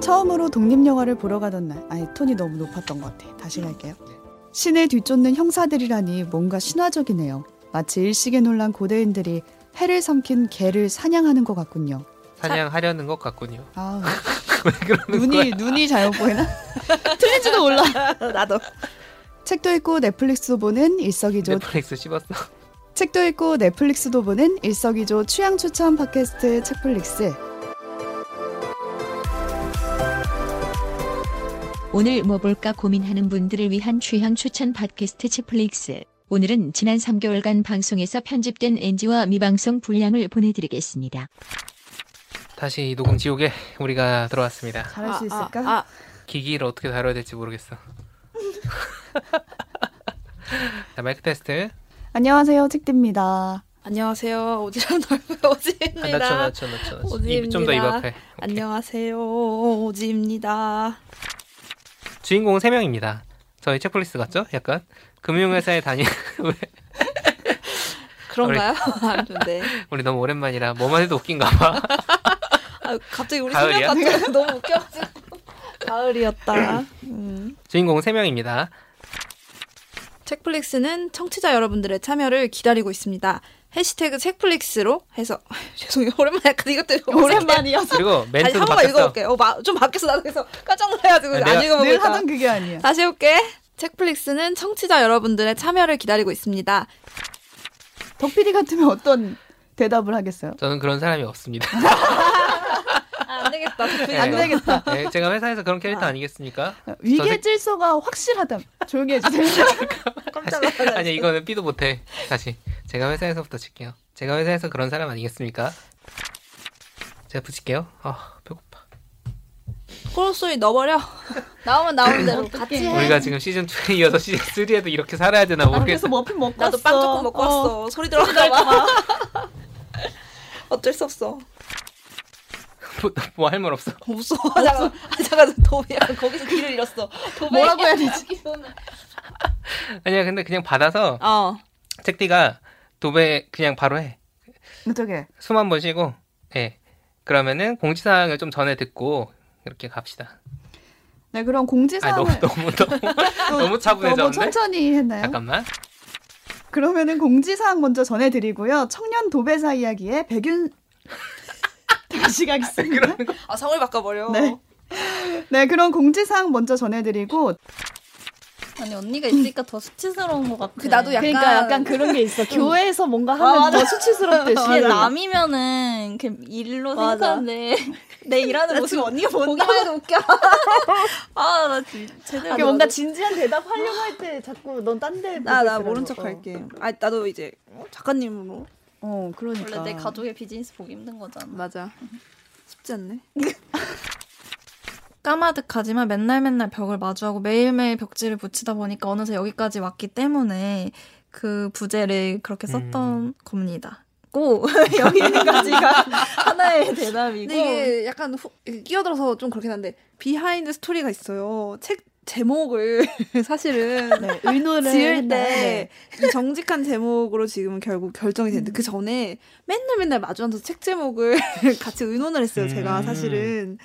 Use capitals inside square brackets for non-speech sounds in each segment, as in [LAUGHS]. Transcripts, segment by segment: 처음으로 독립영화를 보러 가던 날, 아니 톤이 너무 높았던 것 같아. 다시 갈게요. 신을 뒤쫓는 형사들이라니 뭔가 신화적이네요. 마치 일식에 놀란 고대인들이 해를 삼킨 개를 사냥하는 것 같군요. 사냥하려는 것 같군요. [LAUGHS] 아, 왜 그러는 거야? 눈이 눈이 잘못 보이나? 틀린지도 몰라. [LAUGHS] 나도. 책도 읽고 넷플릭스도 보는 일석이조 넷플릭스 씹었어. 책도 읽고 넷플릭스도 보는 일석이조 취향 추천 팟캐스트 책플릭스. 오늘 뭐 볼까 고민하는 분들을 위한 취향 추천 팟캐스트 치플릭스. 오늘은 지난 3개월간 방송에서 편집된 NG와 미방송 분량을 보내드리겠습니다. 다시 이 녹음 지옥에 우리가 들어왔습니다. 잘할 수 아, 있을까? 아, 아, 기기를 어떻게 다뤄야 될지 모르겠어. [LAUGHS] 자, 마이크 테스트. 안녕하세요, 책디입니다. 안녕하세요. 오지랖 넓은 [LAUGHS] 아, 낮춰, 오지입니다. 낮춰, 낮춰. 낮춰. 좀더 입 오지입니다. 앞에. 오케이. 안녕하세요. 오지입니다. 주인공은 3명입니다. 저희 체플리스 같죠? 약간? 금융회사에 다니, [LAUGHS] 왜? 그런가요? 네. 아닌데. 우리 너무 오랜만이라 뭐만 해도 웃긴가 봐. [LAUGHS] 아, 갑자기 우리 생각 가을이야? [LAUGHS] 같은 너무 웃겨가지고. 가을이었다. 음. 주인공은 3명입니다. 책플릭스는 청취자 여러분들의 참여를 기다리고 있습니다. 해시태그 책플릭스로 해서 [LAUGHS] 죄송해요 오랜만에 약간 이것도 오랜만이어서 그리고 다시 멘트도 한 번만 바뀌었어. 읽어볼게요. 어, 마, 좀 바뀌었어 나도 그래서 깜짝 놀라가지고 아, 안 내가- 읽어보고 늘 있다가. 하던 그게 아니야. 다시 올게. 책플릭스는 청취자 여러분들의 참여를 기다리고 있습니다. 덕PD 같으면 어떤 대답을 하겠어요? 저는 그런 사람이 [LAUGHS] 없습니다. 아, 안 되겠다. 네. 안 되겠다. 네, 제가 회사에서 그런 캐릭터 아니겠습니까? 위계 저기- 질서가 확실하다. 조용히 해주세요. 깜짝 아니 이거는 삐도 못해. 다시 제가 회사에서부터 칠게요. 제가 회사에서 그런 사람 아니겠습니까? 제가 붙일게요. 아 배고파. 코로 소리 넣어버려. 나오면 나오는 대로 같이 해. 우리가 지금 시즌 [LAUGHS] 2에 이어서 시즌 3에도 이렇게 살아야 되나 그래서 뭐 모르겠어. 머핀 먹고 나도 왔어. 빵 조금 먹고 어. 왔어. 소리 들어갈까봐. [LAUGHS] 어쩔 수 없어. [LAUGHS] 뭐 할 말 없어. [LAUGHS] 없어. 아, 잠깐, 아, 잠깐 도배. 약간 [LAUGHS] 거기서 길을 잃었어. 도배. 뭐라고 해야 되지? 아니야 근데 그냥 받아서 어. 책디가 도배 그냥 바로 해. 어떻게? 숨 한 번 쉬고. 예. 그러면은 공지사항을 좀 전에 듣고 이렇게 갑시다. 네, 그럼 아니 너무 공지사항을 너무 너무 너무 차분해졌는데? 너무 천천히 했나요? 잠깐만. 그러면은 공지사항 먼저 전해드리고요. 청년 도배사 이야기의 백윤 [LAUGHS] 다시 가겠습니다. 아, 성을 바꿔버려. 네. 네, 그런 공지사항 먼저 전해드리고 아니 언니가 있으니까 더 수치스러운 것 같아. 그 나도 약간. 그러니까 약간 그런 게 음. 있어. 교회에서 아, 뭔가 하면 더그 수치스럽듯이 이게 남이면은 이렇게 일로 맞아. 생각하는데 내 일하는 모습 언니가 본다. 보기만 해도 [LAUGHS] 웃겨. 아나 제대로 이렇게 그러니까 뭔가 진지한 대답 하려고 할 때 자꾸 넌 딴데 나, 나 모른 척 할게. 아, 나도 이제 어? 작가님으로. 어, 그러니까. 원래 내 가족의 비즈니스 보기 힘든 거잖아. [LAUGHS] 맞아. 쉽지 않네. [LAUGHS] 까마득하지만 맨날 맨날 벽을 마주하고 매일매일 벽지를 붙이다 보니까 어느새 여기까지 왔기 때문에 그 부제를 그렇게 썼던 음. 겁니다. 고 여기까지가 하나의 대답이고 근데 이게 약간 후, 이게 끼어들어서 좀 그렇긴 한데 비하인드 스토리가 있어요. 책 제목을 [LAUGHS] 사실은 네, 의논을 지을 했나? 때 네. 음. 이 정직한 제목으로 지금 결국 결정이 됐는데 그 전에 맨날 맨날 마주 앉아서 책 제목을 [LAUGHS] 같이 의논을 했어요. 제가 음. 사실은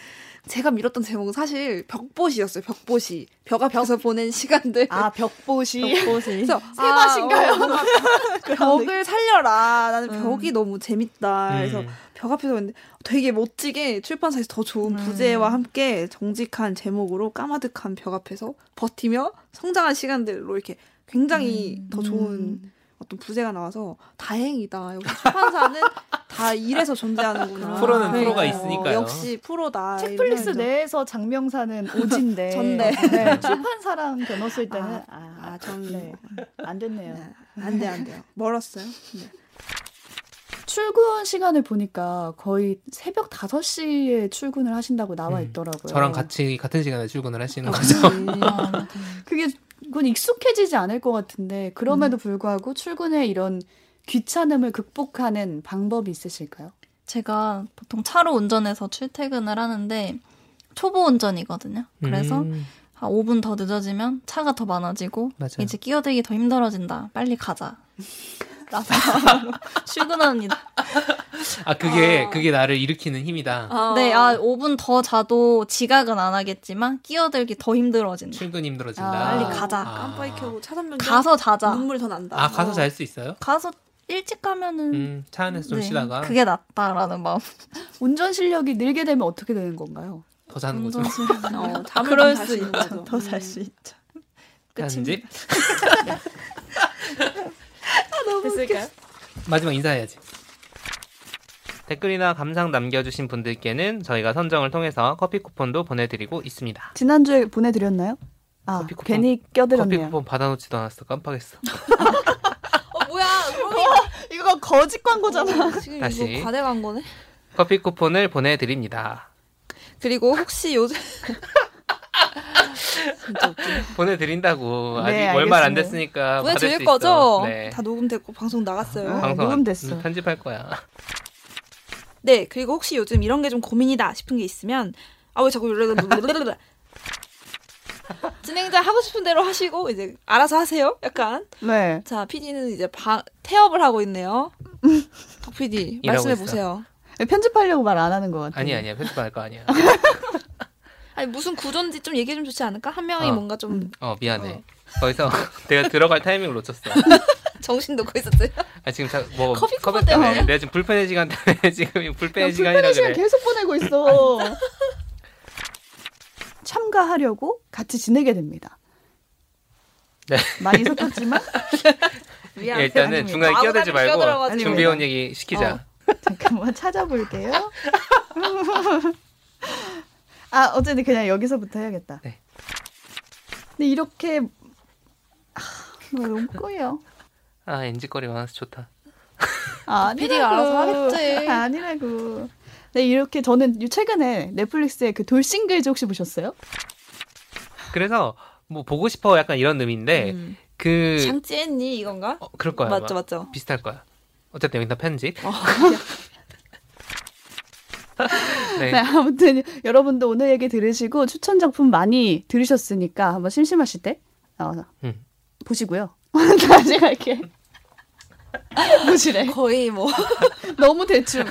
제가 밀었던 제목은 사실 벽보시였어요. 벽보시 벽 앞에서 보낸 시간들. 아, 벽보시. 벚꽃이 그래서 세바신가요? 아, 어, 뭔가 벽을 살려라. 나는 음. 벽이 너무 재밌다. 아, 그래서 음. 벽 앞에서 봤는데 되게 멋지게 출판사에서 더 좋은 음. 부제와 함께 정직한 제목으로 까마득한 벽 앞에서 버티며 성장한 시간들로 이렇게 굉장히 음. 더 좋은 어떤 부제가 나와서 다행이다. 역시 출판사는 다 이래서 존재하는구나. 프로는 네. 프로가 어, 있으니까요. 역시 아, 프로다. 책플릭스 이러면서. 내에서 장명사는 오진데. [LAUGHS] 전데. 네, 출판사랑 변호 쓸 때는 아, 아, 아, 전 네. 안 됐네요. 네. 안 돼, 안 돼요. 멀었어요. 네. 출근 시간을 보니까 거의 새벽 5시에 출근을 하신다고 나와 음, 있더라고요. 저랑 같이 같은 시간에 출근을 아, 하시는 거죠. 네. 아, 네. 네. 그게 그건 익숙해지지 않을 것 같은데 음. 그럼에도 불구하고 출근에 이런 귀찮음을 극복하는 방법이 있으실까요? 제가 보통 차로 운전해서 출퇴근을 하는데 초보 운전이거든요. 그래서 음, 한 5분 더 늦어지면 차가 더 많아지고 맞아요. 이제 끼어들기 [LAUGHS] 더 힘들어진다. 빨리 가자. 나서 출근합니다. 아 그게 아. 그게 나를 일으키는 힘이다. 아, 네, 아, 5분 더 자도 지각은 안 하겠지만 끼어들기 더 힘들어진다. 출근 힘들어진다. 아, 빨리 가자. 깜빡이 켜고 차단면 가서 자자. 눈물 더 난다. 아 가서 잘 수 있어요? 가서 일찍 가면은 음, 차 안에서 좀 네, 쉬다가 그게 낫다라는 마음. 운전 실력이 늘게 되면 어떻게 되는 건가요? 더 자는 거죠. [LAUGHS] 어, 아, 잠을 그럴 좀잘 수 수 있는 있죠. 거죠. 더 잘 수 있죠. 편집 아, 됐을까요? 마지막 인사해야지. 댓글이나 감상 남겨주신 분들께는 저희가 선정을 통해서 커피 쿠폰도 보내드리고 있습니다. 지난주에 보내드렸나요? 아 커피 쿠폰. 괜히 커피 껴들었네요. 쿠폰 받아놓지도 않았어. 깜빡했어. 어, 뭐야? 이거 거짓 광고잖아. 지금 다시. 이거 과대 광고네. 커피 쿠폰을 보내드립니다. 그리고 혹시 요새 진짜 웃기네. 보내드린다고 네, 아직 월말 안 알겠습니다. 됐으니까 받을 수 보내드릴 있어. 거죠? 네. 다 녹음됐고 방송 나갔어요. 어? 방송 안- 녹음됐어. 음, 편집할 거야. 네, 그리고 혹시 요즘 이런 게 좀 고민이다 싶은 게 있으면 아 왜 [LAUGHS] 자꾸 이러는 진행자 하고 싶은 대로 하시고 이제 알아서 하세요. 약간 네. 자 PD는 이제 바, 태업을 하고 [LAUGHS] 있네요. 박 PD 일하고 말씀해 있어요. 보세요. 편집하려고 말 안 하는 것 같아요. 아니 아니야 편집 안할 거 아니야. 아니 무슨 구조인지 좀 얘기 좀 좋지 않을까? 한 명이 어. 뭔가 좀 어 미안해. 거기서 [LAUGHS] 내가 들어갈 타이밍을 놓쳤어. [LAUGHS] 정신 놓고 있었어요. 아 지금 자, 뭐 커피 쿠폰 커피 때문에 내가 지금 불편의 시간 때문에 [LAUGHS] 지금 불편의 시간이라 불편의 시간 그래. 계속 보내고 있어. 참가하려고 같이 지내게 됩니다. 네. 많이 섞였지만 미안. 예, 죄송합니다. 일단은 중간에 끼어들지 아무나 말고 끼어들어가지고. 준비해온 얘기 시키자. 어. 잠깐만 찾아볼게요. [LAUGHS] 아 어쨌든 그냥 여기서부터 해야겠다. 네. 근데 이렇게 아, 뭐야, 너무 [LAUGHS] 꼬여. 아 엔지거리 많아서 좋다. 아, PD가 알아서 아니라고. [LAUGHS] 하겠지. 아, 아니라고. 네 이렇게 저는 요- 최근에 넷플릭스의 그 돌싱글즈 혹시 보셨어요? 그래서 뭐 보고 싶어 약간 이런 의미인데 음. 그 장찌했니 이건가? 어, 그럴 거야. 맞죠 아마. 맞죠. 비슷할 거야. 어쨌든 여기다 편집. [LAUGHS] 네. 네, 아무튼 여러분도 오늘 얘기 들으시고 추천 작품 많이 들으셨으니까 한번 심심하실 때 어, 음. 보시고요. [LAUGHS] 다시 갈게. [LAUGHS] 보시래. [LAUGHS] 거의 뭐 너무 대충.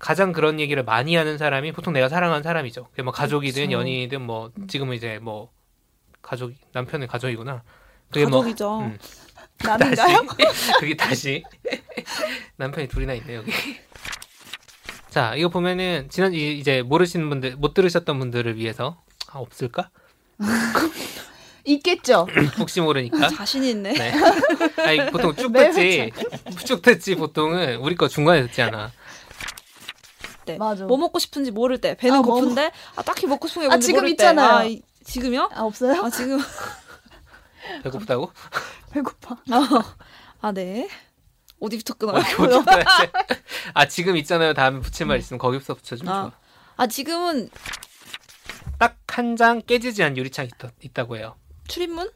가장 그런 얘기를 많이 하는 사람이 보통 내가 사랑하는 사람이죠. 그게 뭐 가족이든 그렇죠. 연인이든 뭐 지금은 이제 뭐 가족 남편은 가족이구나. 그게 뭐 가족이죠. 음. [LAUGHS] 남인가요? 다시. [LAUGHS] 그게 다시. 남편이 둘이나 있네 여기. [LAUGHS] 자 이거 보면은 지난 이- 이제 모르시는 분들 못 들으셨던 분들을 위해서 아 없을까? 있겠죠. [LAUGHS] 혹시 모르니까. 자신 있네. 네. 아니 보통 쭉 네, 듣지. 쭉 듣지 보통은 우리 거 중간에 듣잖아. [LAUGHS] 때. 맞아. 뭐 먹고 싶은지 모를 때 배는 아, 뭐 고픈데 아, 딱히 먹고 싶은 게 아, 뭔지 지금 모를 있잖아요. 때. 아, 이- 지금요? 아 없어요? 아 지금 배고프다고? [LAUGHS] 배고파. 아 네. 어디부터 어, 끊어요? 이렇게 못 듣겠다, 이제. 아 지금 있잖아요. 다음에 붙일 말 있으면 거기서 붙여주면 아. 좋아. 아 지금은 딱 한 장 깨지지 않은 유리창 있다, 있다고 해요. 출입문?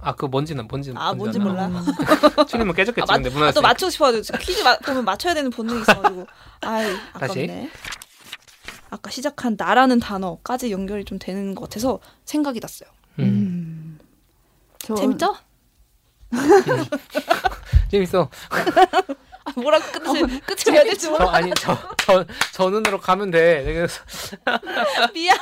아 그 뭔지는 뭔지는 아 뭔지 몰라. [LAUGHS] 출리면 깨졌겠지. 아, 맞- 근데 아, 또 무난했으니까. 맞추고 싶어가지고 지금 퀴즈 마, 보면 맞춰야 되는 본능이 있어가지고 아이 아깝네. 아까 시작한 나라는 단어까지 연결이 좀 되는 것 같아서 생각이 났어요. 음. 저- 재밌죠? 재밌어. 아, 뭐라고 끝을 끝을 제가 해야 될지 대충 저 아니 저저 저, 저 눈으로 가면 돼. 그래서 몰라. 미안.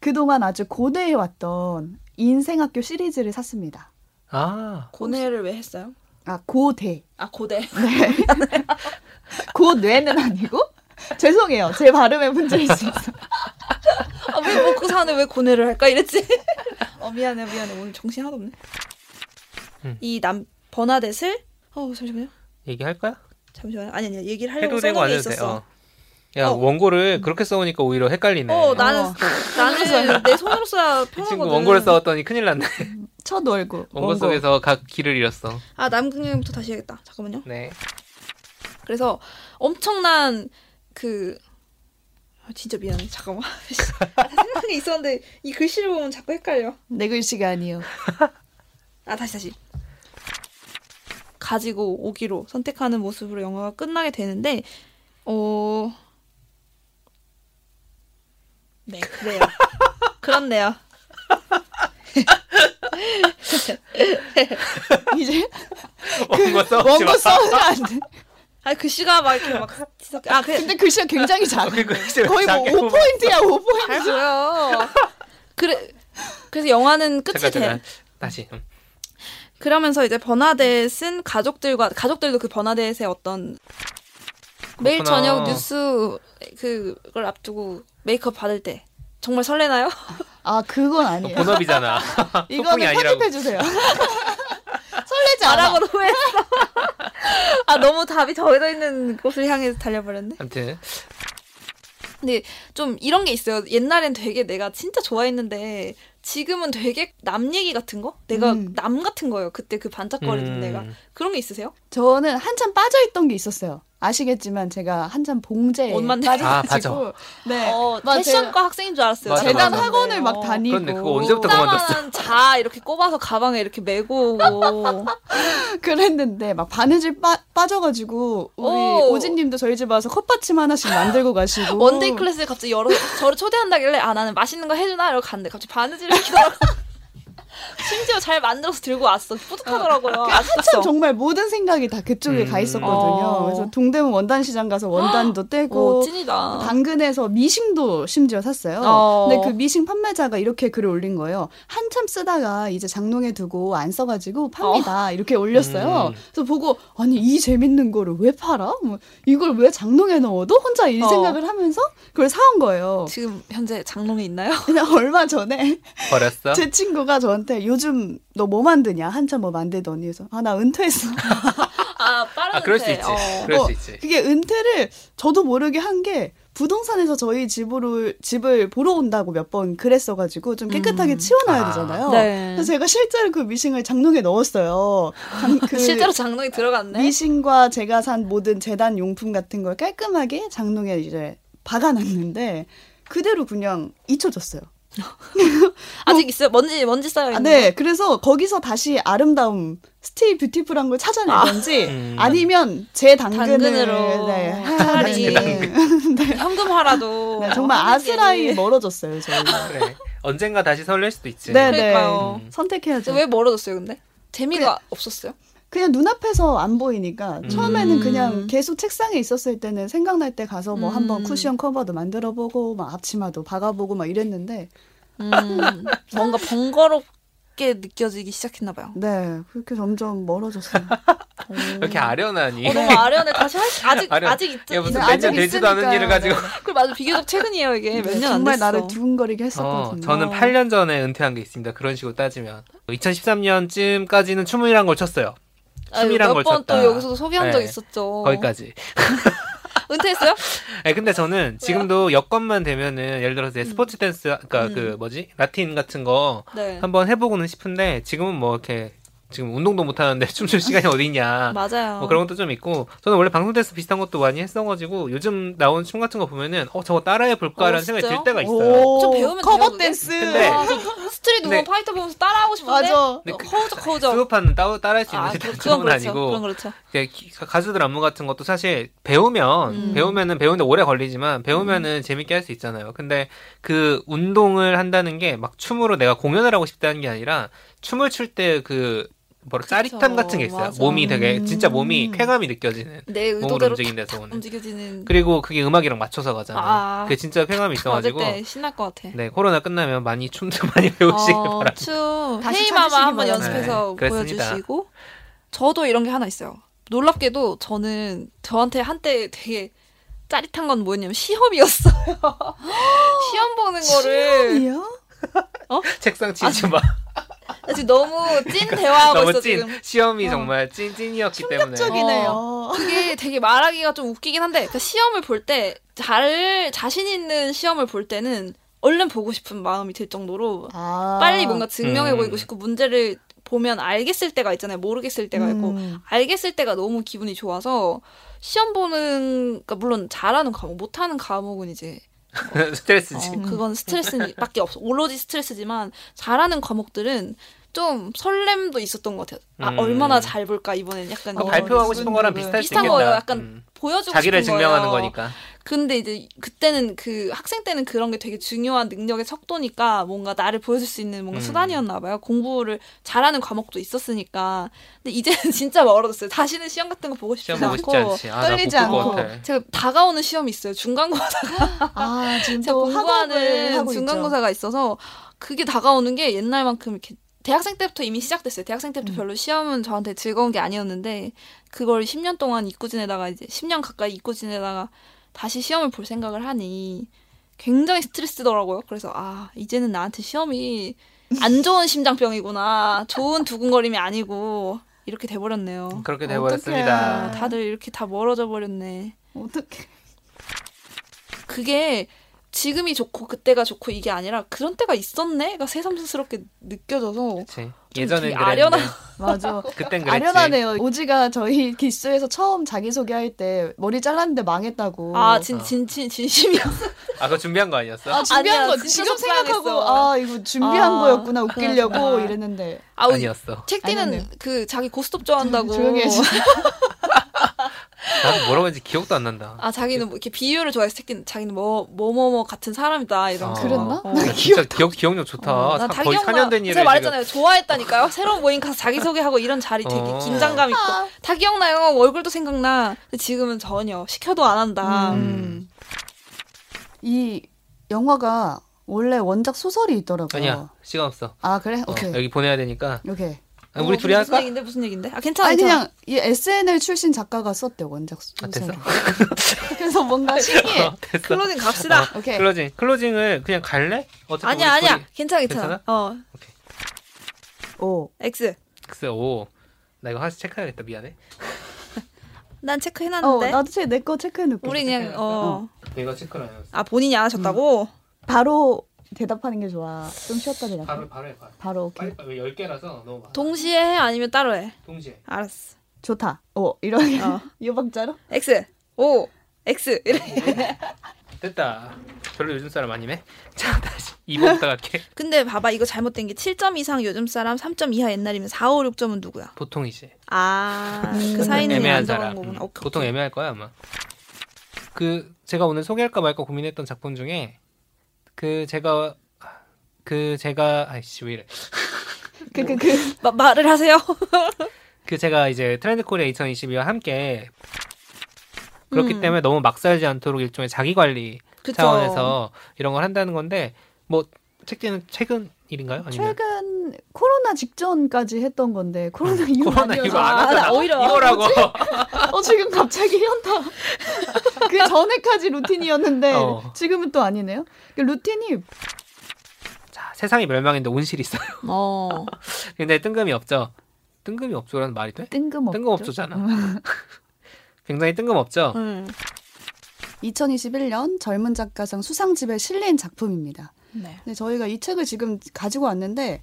그동안 아주 고대해왔던 인생학교 시리즈를 샀습니다. 아 고뇌를 왜 했어요? 아 고대. 아 고대. 고뇌는 아니고 [LAUGHS] 죄송해요. 제 발음의 문제일 수 있어. 아왜 먹고 사는 왜 고뇌를 할까 이랬지. [LAUGHS] 어 미안해 미안해 오늘 정신 하나도 없네. 음. 이 남 버나댓을 어 잠시만요 얘기할 거야? 잠시만요 아니 아니 얘기를 하려고 해도 되고 써놓은 안 게 해도 돼. 어, 있었어. 어. 야 어. 원고를 그렇게 써오니까 오히려 헷갈리네. 어 나는 나는 내 손으로 써야 이 편하거든. 친구 원고를 써왔더니 큰일 났네. [LAUGHS] 첫 월고. 원고 속에서 각 길을 잃었어. 아 남궁영부터 다시 해야겠다. 잠깐만요. 네. 그래서 엄청난 그 아, 진짜 미안해. 잠깐만. [LAUGHS] 아, 생각이 있었는데 이 글씨를 보면 자꾸 헷갈려. 내 글씨가 아니요. 아 다시 다시 [LAUGHS] 가지고 오기로 선택하는 모습으로 영화가 끝나게 되는데 어. [LAUGHS] 네 그래요. 그렇네요. [LAUGHS] 이제 [LAUGHS] 원고 아, 써오지 마. 원고 써는 안 돼. 아 글씨가 막 이렇게 막 뒤섞여. 아 그래 근데 글씨가 굉장히 작아. 그 글씨 왜 거의 뭐 작게 뽑아? 5포인트야, 5포인트. 잘 보여. 그래 그래서 영화는 끝이 잠깐 돼. 잠깐 다시 음. 그러면서 이제 버나데스는 가족들과 가족들도 그 버나데스의 어떤 매일 그렇구나. 저녁 뉴스 그걸 앞두고 메이크업 받을 때 정말 설레나요? [LAUGHS] 아, 그건 너 아니에요. [LAUGHS] 본업이잖아. 소풍이 이거는 아니라고. 편집해주세요. [LAUGHS] 설레지 않아. 나라고 너무 했어. 아 너무 답이 더해져 있는 곳을 향해 달려버렸네. 아무튼 근데 좀 이런 게 있어요. 옛날엔 되게 내가 진짜 좋아했는데 지금은 되게 남 얘기 같은 거? 내가 음. 남 같은 거예요. 그때 그 반짝거리던 음. 내가 그런 게 있으세요? 저는 한참 빠져있던 게 있었어요. 아시겠지만 제가 한참 봉제에 옷만 아, 빠져가지고 맞아. 네. 어, 맞아요. 패션과 학생인 줄 알았어요. 맞아, 그 재단 맞아. 학원을 어. 막 다니고 그런데 그거 언제부터 그만뒀어? 조그만한 자 이렇게 꼽아서 가방에 이렇게 메고 [LAUGHS] 오고 그랬는데 막 바느질 빠, 빠져가지고 우리 오. 오. 진님도 저희 집 와서 컵받침 하나씩 만들고 가시고 [LAUGHS] 원데이 클래스에 갑자기 여러 저를 초대한다길래 아 나는 맛있는 거 해주나 이러고 갔는데 갑자기 바느질을 입더라고 심지어 잘 만들어서 들고 왔어 뿌듯하더라고요 참 아쉽어 정말 모든 생각이 다 그쪽에 음. 가 있었거든요. 어. 그래서 동대문 원단시장 가서 원단도 떼고 오 어, 찐이다 당근에서 미싱도 심지어 샀어요. 어. 근데 그 미싱 판매자가 이렇게 글을 올린 거예요. 한참 쓰다가 이제 장롱에 두고 안 써가지고 팝니다. 이렇게 올렸어요. 음. 그래서 보고 아니 이 재밌는 거를 왜 팔아? 뭐, 이걸 왜 장롱에 넣어도 혼자 이 어. 생각을 하면서 그걸 사온 거예요. 지금 현재 장롱에 있나요? [LAUGHS] 그냥 얼마 전에 버렸어. 제 친구가 저한테 요즘 너 뭐 만드냐 한참 뭐 만들더니 해서 아 나 은퇴했어. 아 빠른 아 그럴 수 은퇴. 있지. 어. 그럴 어, 수 있지. 그게 은퇴를 저도 모르게 한 게 부동산에서 저희 집으로 집을 보러 온다고 몇 번 그랬어가지고 좀 깨끗하게 치워놔야 아. 되잖아요. 음. 네. 그래서 제가 실제로 그 미싱을 장롱에 넣었어요. [LAUGHS] 장- 그 실제로 장롱이 들어갔네 미싱과 제가 산 모든 재단 용품 같은 걸 깔끔하게 장롱에 이제 박아놨는데 그대로 그냥 잊혀졌어요. 아직 있어요 먼지 먼지 쌓여 뭐 아, 있는 네, 그래서 거기서 다시 아름다움, 스틸 뷰티풀한 걸 찾아내는지 음. 아. 니면제 당근을 당근으로 네, 차라리 해야 되는지. 어, 현금화라도 네, 정말 하는 게. 아스라이 멀어졌어요 [LAUGHS] 저희가. 그래. 언젠가 다시 설렐 수도 있지. 네, 그러니까요. 네. 선택해야죠. 왜 멀어졌어요 근데? 재미가 없었어요? 그냥 눈앞에서 안 보이니까 음. 처음에는 그냥 계속 책상에 있었을 때는 생각날 때 가서 뭐 음. 한번 쿠션 커버도 만들어보고 막 앞치마도 박아보고 막 이랬는데 음, 뭔가 번거롭게 느껴지기 시작했나 봐요. 네 그렇게 점점 멀어졌어요. 왜 이렇게 아련하니? [LAUGHS] 어, 너무 아련해. 다시 할 수, 아직 예. 아련. 예, 뭐 아직 있 야 무슨 네, 몇년 아직 되지도 않은 있으니까요. 일을 가지고. 그 맞아 비교적 최근이에요 이게 몇 네, 년 안 정말 됐어. 나를 두근거리게 네, 했었거든요. 어, 저는 8년 전에 은퇴한 게 있습니다. 그런 식으로 따지면 2013년쯤까지는 춤이란 걸 쳤어요. 춤이란 걸 몇번 쳤다. 또 여기서도 소개한 적 네. 있었죠. 거기까지. [LAUGHS] 은퇴했어요? 아니, 근데 저는 지금도 여건만 되면은 예를 들어서 이제 스포츠 댄스 그러니까 음. 그 뭐지 라틴 같은 거 네. 한번 해보고는 싶은데 지금은 뭐 이렇게 지금 운동도 못 하는데 [LAUGHS] 춤출 시간이 어디냐 맞아요. 뭐 그런 것도 좀 있고 저는 원래 방송 댄스 비슷한 것도 많이 했어가지고 요즘 나온 춤 같은 거 보면은 어 저거 따라해 볼까라는 어, 생각이 진짜요? 들 때가 있어요. 좀 배우면 돼요, 커버 그게? 댄스. 네. 근데 와, 저 아, 스트릿 우먼 네. 파이터 보면서 따라하고 싶은데 네. 맞아. 근데 그- 허우적 허우적. 수업하는 따 따라할 수 있는 아, 그- 그런 그건 건 그렇죠. 아니고 그건 그렇죠. 이게 그러니까 기- 가수들 안무 같은 것도 사실 배우면 음. 배우면은 배우는데 오래 걸리지만 배우면은 재밌게 할 수 있잖아요. 근데 그 운동을 한다는 게 막 춤으로 내가 공연을 하고 싶다는 게 아니라 춤을 출 때 그 뭐라 짜릿함 같은 게 있어요. 맞아. 몸이 되게 진짜 몸이 음. 쾌감이 느껴지는 내 몸으로 의도대로 움직인 데서 오는. 움직여지는 그리고 그게 음악이랑 맞춰서 가잖아. 아. 그게 진짜 쾌감이 있어가지고 어쨌든 신날 것 같아. 네 코로나 끝나면 많이 춤도 [LAUGHS] 많이 배우시길 어, 바랍니다. 춤 다시 헤이마마 찾으시기 한번 바랍니다. 연습해서 네, 그랬습니다. 보여주시고 저도 이런 게 하나 있어요. 놀랍게도 저는 저한테 한때 되게 짜릿한 건 뭐였냐면 시험이었어요. [GASPS] [LAUGHS] 시험 보는 거를 시험이요? 책상 치지 마. 나 지금 너무 찐 대화하고 너무 있어 찐 지금. 시험이 어. 정말 찐 찐이었기 때문에 충격적이네요. 그게 되게 말하기가 좀 웃기긴 한데 그 시험을 볼 때 잘 자신 있는 시험을 볼 때는 얼른 보고 싶은 마음이 들 정도로 아. 빨리 뭔가 증명해 음. 보이고 싶고 문제를 보면 알겠을 때가 있잖아요. 모르겠을 때가 있고 음. 알겠을 때가 너무 기분이 좋아서 시험 보는 그러니까 물론 잘하는 과목 못하는 과목은 이제 [LAUGHS] 스트레스지. 어, 그건 스트레스밖에 없어 오로지 스트레스지만 잘하는 과목들은 좀 설렘도 있었던 것 같아요. 아 음. 얼마나 잘 볼까 이번엔 약간 그 이런 발표하고 누군 싶은 거랑 누구야. 비슷할 수 어, 비슷한 있겠다. 거예요. 약간 음. 보여주고 자기를 싶은 증명하는 거예요. 거니까. 근데 이제 그때는 그 학생 때는 그런 게 되게 중요한 능력의 척도니까 뭔가 나를 보여줄 수 있는 뭔가 음. 수단이었나 봐요. 공부를 잘하는 과목도 있었으니까. 근데 이제는 [LAUGHS] 진짜 멀어졌어요. 다시는 시험 같은 거 보고 싶지 시험 보고 않고 싶지 않지. 아, 떨리지 나못볼 않고 것 같아. 제가 다가오는 시험이 있어요. 중간고사 아 지금 [LAUGHS] 제가 또 학업을 공부하는 하고 있죠. 중간고사가 있어서 그게 다가오는 게 옛날만큼 이렇게 대학생 때부터 이미 시작됐어요. 대학생 때부터 음. 별로 시험은 저한테 즐거운 게 아니었는데 그걸 10년 동안 잊고 지내다가 이제 10년 가까이 잊고 지내다가 다시 시험을 볼 생각을 하니 굉장히 스트레스더라고요. 그래서 아 이제는 나한테 시험이 안 좋은 심장병이구나. 좋은 두근거림이 아니고 이렇게 돼버렸네요. 음, 그렇게 아, 돼버렸습니다. 다들 이렇게 다 멀어져 버렸네. 어떻게? 그게 지금이 좋고 그때가 좋고 이게 아니라 그런 때가 있었네가 새삼스럽게 느껴져서 그치. 좀 예전엔 되게 그랬는데 아련한- 맞아. 그땐 그랬지. 아련하네요. 오지가 저희 기수에서 처음 자기 소개할 때 머리 잘랐는데 망했다고. 아 진 진 진 진심이었어. 아 그거 준비한 거 아니었어? 아, 준비한 아니야, 거 진짜 지금 생각하고 속상했어. 아 이거 준비한 아, 그러니까. 거였구나 웃기려고 그렇구나. 이랬는데 아우 아니었어. 아니었네요. 책디는 그 자기 고스톱 좋아한다고. 음, 조용히 해주세요. 나도 뭐라고 했는지 기억도 안 난다. 아 자기는 뭐 이렇게 비유를 좋아해서 책디는 자기는 뭐 뭐 뭐 뭐 같은 사람이다 아. 이런. 거. 그랬나? 어. 나 진짜 기억 기억력 좋다. 어, 사- 나 거의 다기억나- 4년 된 일을 제가 말했잖아요. 좋아했다니까요. 새로운 모임 가서 자기소개하고 이런 자리 되게 어. 긴장감 있고. 다 기억나요. 얼굴도 생각나. 근데 지금은 전혀. 시켜도 안 한다. 음. 이 영화가 원래 원작 소설이 있더라고요. 지금. 아니야 시간 없어. 아, 그래? 어, 오케이. 여기 보내야 되니까. 오케이. 아, 우리 어, 둘이 무슨 할까? 얘긴데 무슨 얘긴데? 아 괜찮아. 아니 괜찮아. 그냥 이 SNL 출신 작가가 썼대 원작 소설. 아, 됐어? [LAUGHS] 그래서 뭔가 신기해. 어, 됐어. 클로징 갑시다. 오케이. 클로징 클로징을 그냥 갈래? 어차피 아니야 우리 아니야 둘이- 괜찮아 괜찮아 괜찮아? 어 오. 어, X 글쎄 오나 이거 하나씩 체크해야겠다 미안해. 난 어, 체크해놨는데 나도 제내거 체크해 놓을게. 우리 그냥 어. 어아 내가 체크를 안 해봤어. 본인이 안 하셨다고 음. 바로 대답하는 게 좋아. 좀 쉬었다 그냥. 바로 바로 해 바로. 바로 오케이. 빨리 빨리 열 개라서 너무 많아. 동시에 해 아니면 따로 해 동시에. 알았어 좋다. 오, 이런 어 [LAUGHS] 유박자로? X 오 X 어. 이래 됐다. 별로 요즘 사람 아니네. [LAUGHS] 자 다시 2번부터 갈게. 근데 봐봐 이거 잘못된 게 7점 이상 요즘 사람 3점 이하 옛날이면 4, 5, 6점은 누구야 보통이지. 아 음. 그 사이는 애매한 안 정한 사람. 거구나 음, 오케이, 보통 애매할 거야 아마. 그 제가 오늘 소개할까 말까 고민했던 작품 중에 그 제가 그 제가 아이씨 왜 이래. 그 그 그. 마- 말을 하세요 [LAUGHS] 그 제가 이제 트렌드 코리아 2022와 함께 그렇기 음. 때문에 너무 막 살지 않도록 일종의 자기 관리 그쵸 차원에서 이런 걸 한다는 건데 뭐 책제는 최근 일인가요? 아니면 최근 코로나 직전까지 했던 건데 코로나 이후 음, 코로나 아니어서. 이후 안 아, 하잖아. 나 오히려 이거라고. 어 지금 갑자기 현타. [LAUGHS] 그 전에까지 루틴이었는데 어. 지금은 또 아니네요. 그 루틴이 [LAUGHS] 자, 세상이 멸망인데 온실이 있어요. [LAUGHS] 어 아, 근데 뜬금이 없죠. 뜬금이 없죠라는 말이 돼? 뜬금없죠. 뜬금없죠잖아. [LAUGHS] 굉장히 뜬금없죠. 음. 2021년 젊은 작가상 수상집에 실린 작품입니다. 네. 근데 저희가 이 책을 지금 가지고 왔는데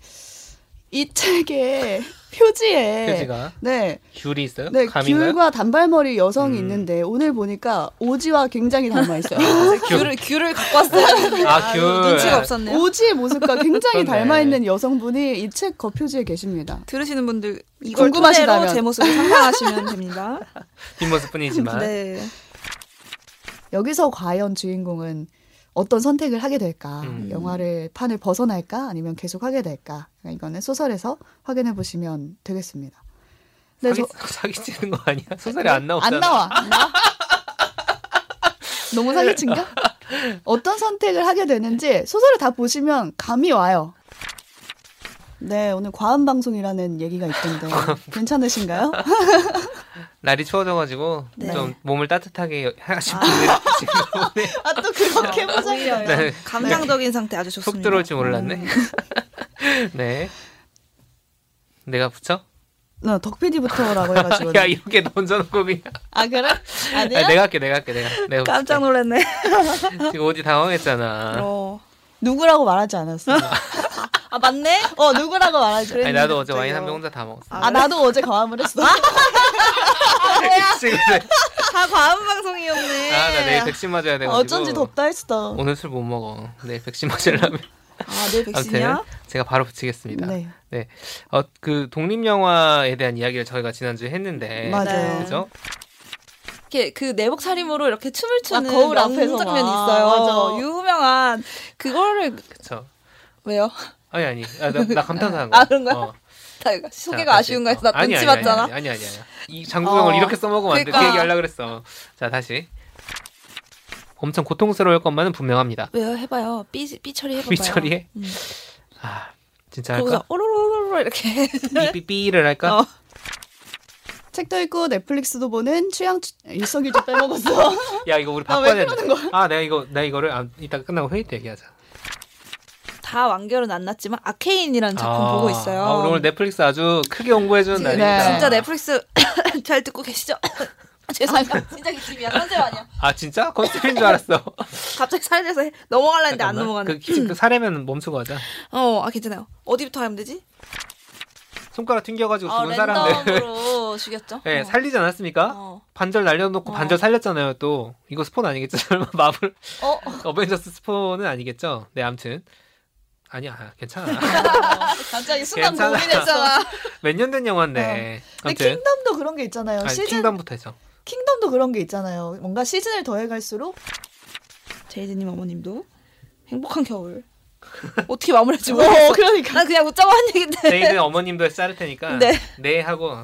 이 책의 [LAUGHS] 표지에 표지가 네, 귤이 있어요? 네 감인가요? 귤과 단발머리 여성이 음. 있는데 오늘 보니까 오지와 [LAUGHS] 굉장히 닮아 있어요. 귤을 귤을 갖고 왔어요 아, 귤. 눈치가 없었네요 오지의 모습과 굉장히 그렇네. 닮아 있는 여성분이 이 책 겉표지에 계십니다. 들으시는 분들 이걸 음. 궁금하시다면. 토대로 제 모습을 상상하시면 [LAUGHS] 됩니다. 뒷모습뿐이지만 네. 여기서 과연 주인공은 어떤 선택을 하게 될까? 음. 영화를 판을 벗어날까? 아니면 계속 하게 될까? 그러니까 이거는 소설에서 확인해 보시면 되겠습니다. 근데 사기, 네, 저- 사기치는 거 아니야? 소설이 안 나오잖아. 안 나와. [LAUGHS] 안 나와? 너무 사기친가? 어떤 선택을 하게 되는지 소설을 다 보시면 감이 와요. 네, 오늘 과음 방송이라는 얘기가 있던데 [LAUGHS] 괜찮으신가요? 날이 추워져가지고 네. 좀 몸을 따뜻하게 하신 분들이 계시기 때문에 아 또 그렇게 보자고요. 네. 감정적인 상태 아주 좋습니다. 속 들어올지 몰랐네. [LAUGHS] 네. 내가 붙여? 나 덕피디부터라고 아, 해가지고. [LAUGHS] 야 이렇게 던져놓고 그냥. 아 그래? 아니야? 아니, 내가 할게 내가 할게 내가. 내가 깜짝 놀랐네. 붙일게. 지금 오지 당황했잖아. 어. 누구라고 말하지 않았어. [LAUGHS] 아 맞네. 어 누구라고 말하지. 아니 나도 어제 아, 갑자기요. 와인 한 병 혼자 다 먹었어. 아 나도 어제 과음을 했어. [LAUGHS] 지금 그래. 다 과음 방송이었네. 아, 나 내일 백신 맞아야 돼가지고. 어쩐지 덥다 했어. 오늘 술 못 먹어. 내일 백신 맞으려면. 아, 내 네, 아무튼 [LAUGHS] 백신이야? 제가 바로 붙이겠습니다. 네, 어, 그 독립 영화에 대한 이야기를 저희가 지난주에 했는데 맞아요. 그죠? 이렇게 그 내복 차림으로 이렇게 춤을 추는 아, 거울 명장 앞에서 막. 장면이 있어요. 맞아. 유명한 그거를 그쵸. 왜요? 아니 아니. 아, 나, 나 감탄사한 거. 아, 그런 거야? 어. 다 이거 소개가 다시. 어. 아쉬운 거 해서 나 아니, 눈치 아니, 봤잖아. 아니 아니 아니. 아니. 이 장구경을 어. 이렇게 써먹으면 안 돼. 그 그러니까. 얘기 하려고 그랬어. 자 다시. 엄청 고통스러울 것만은 분명합니다. 왜요? 해봐요. 삐, 삐 처리 해봐요. 삐 처리해? 음. 아 진짜 할까? 그러고서 오로로로로 이렇게. 삐삐삐를 할까? 어. 책도 읽고 넷플릭스도 보는 취향 추- 일석일조 [LAUGHS] 빼먹었어. 야 이거 우리 아, 바꿔야 왜 되는데. 그러는 거야? 아 내가 이거 나 이거를 아, 이따 끝나고 회의 때 얘기하자. 다 완결은 안 났지만 아케인이라는 작품 아, 보고 있어요. 아, 오늘 넷플릭스 아주 크게 홍보해주는 네. 날입니다. 진짜 [LAUGHS] 넷플릭스 [COUGHS] 잘 듣고 [LAUGHS] 계시죠? [COUGHS] 죄송해요. 진짜 기침이야. 컨셉 아니야. 아 진짜 컨셉인 줄 [LAUGHS] 알았어. 갑자기 사연에서 넘어가려 했는데 아, 잠깐만. 안 넘어가네. 그, 기- 그 사례면 멈추고 하자. 어, 아 괜찮아요. 어디부터 하면 되지? 손가락 튕겨가지고 어, 죽은 사람들. 랜덤으로 죽였죠. 네, 어. 살리지 않았습니까? 어. 반절 날려놓고 어. 반절 살렸잖아요. 또 이거 스폰 아니겠죠? [LAUGHS] 설마 마블 어. 어벤져스 스폰은 아니겠죠? 네, 암튼 아니야, [LAUGHS] 괜찮아. 갑자기 순간 괜찮아. [LAUGHS] 고민했잖아. 어. 몇 년 된 영화인데. 근데 아무튼 뭐- 킹덤도 그런 게 있잖아요. 아니, 시즌 킹덤부터 해서. 킹덤도 그런 게 있잖아요. 뭔가 시즌을 더해갈수록 제이드님 어머님도 그 행복한 겨울. 어떻게 마무리할지 어, [LAUGHS] 모르겠어. 그러니까. 난 그냥 웃자고 한 얘긴데. 제이든 어머님도 자를 테니까. 네. 네 하고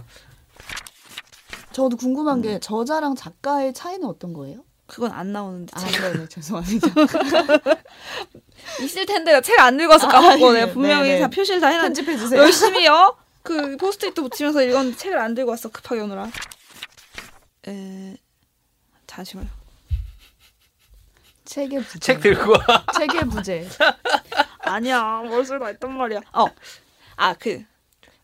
저도 궁금한 음. 게 저자랑 작가의 차이는 어떤 거예요? 그건 안 나오는데. 아, 네네 죄송합니다. 있을 텐데 나 책 안 읽어서 아, 까먹고 예. 내가 분명히 네네. 다 표시를 다 해놨는데 편집해 주세요. 열심히요. 그 포스트잇도 붙이면서 읽었는데 책을 안 들고 왔어 급하게 오느라. 에 잠시만요. 책의 부재. 책 들고 와. [LAUGHS] 책의 부재. 아니야 머릿속에 다 있단 말이야. 어. 아그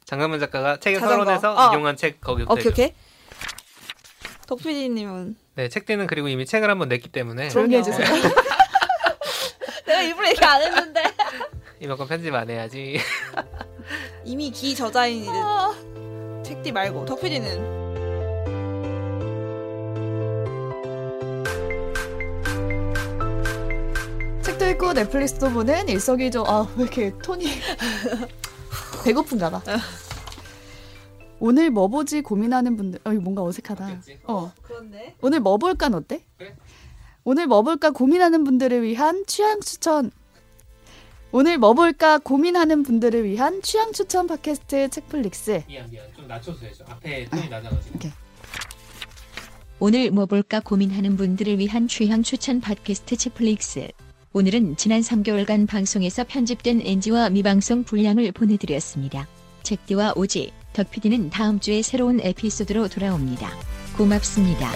장강민 작가가 책의 자전거. 서론에서 어. 인용한 책 거기부터. 오케이 해줘. 오케이. 덕피디님은 네, 책대는 그리고 이미 책을 한번 냈기 때문에 조용히 해주세요. 내가 일부러 얘기 안 했는데 이만큼 편집 안 해야지. 이미 기 저자인 이제 책디 말고 덕피디는 책도 읽고 넷플릭스도 보는 일석이조. 아, 왜 이렇게 톤이 배고픈가 봐. 오늘 뭐 보지 고민하는 분들. 어, 이거 뭔가 어색하다. 그렇겠지. 어. 그런데 오늘 뭐 볼까 어때? 그래. 오늘 뭐 볼까 고민하는 분들을 위한 취향 추천. 오늘 뭐 볼까 고민하는 분들을 위한 취향 추천 팟캐스트 책플릭스. 미안 미안 좀 낮춰주세요. 앞에 톤이 낮아가지고. 오늘 뭐 볼까 고민하는 분들을 위한 취향 추천 팟캐스트 치플릭스. 오늘은 지난 3개월간 방송에서 편집된 NG와 미방송 분량을 보내드렸습니다. 책디와 오지, 덕PD는 다음 주에 새로운 에피소드로 돌아옵니다. 고맙습니다.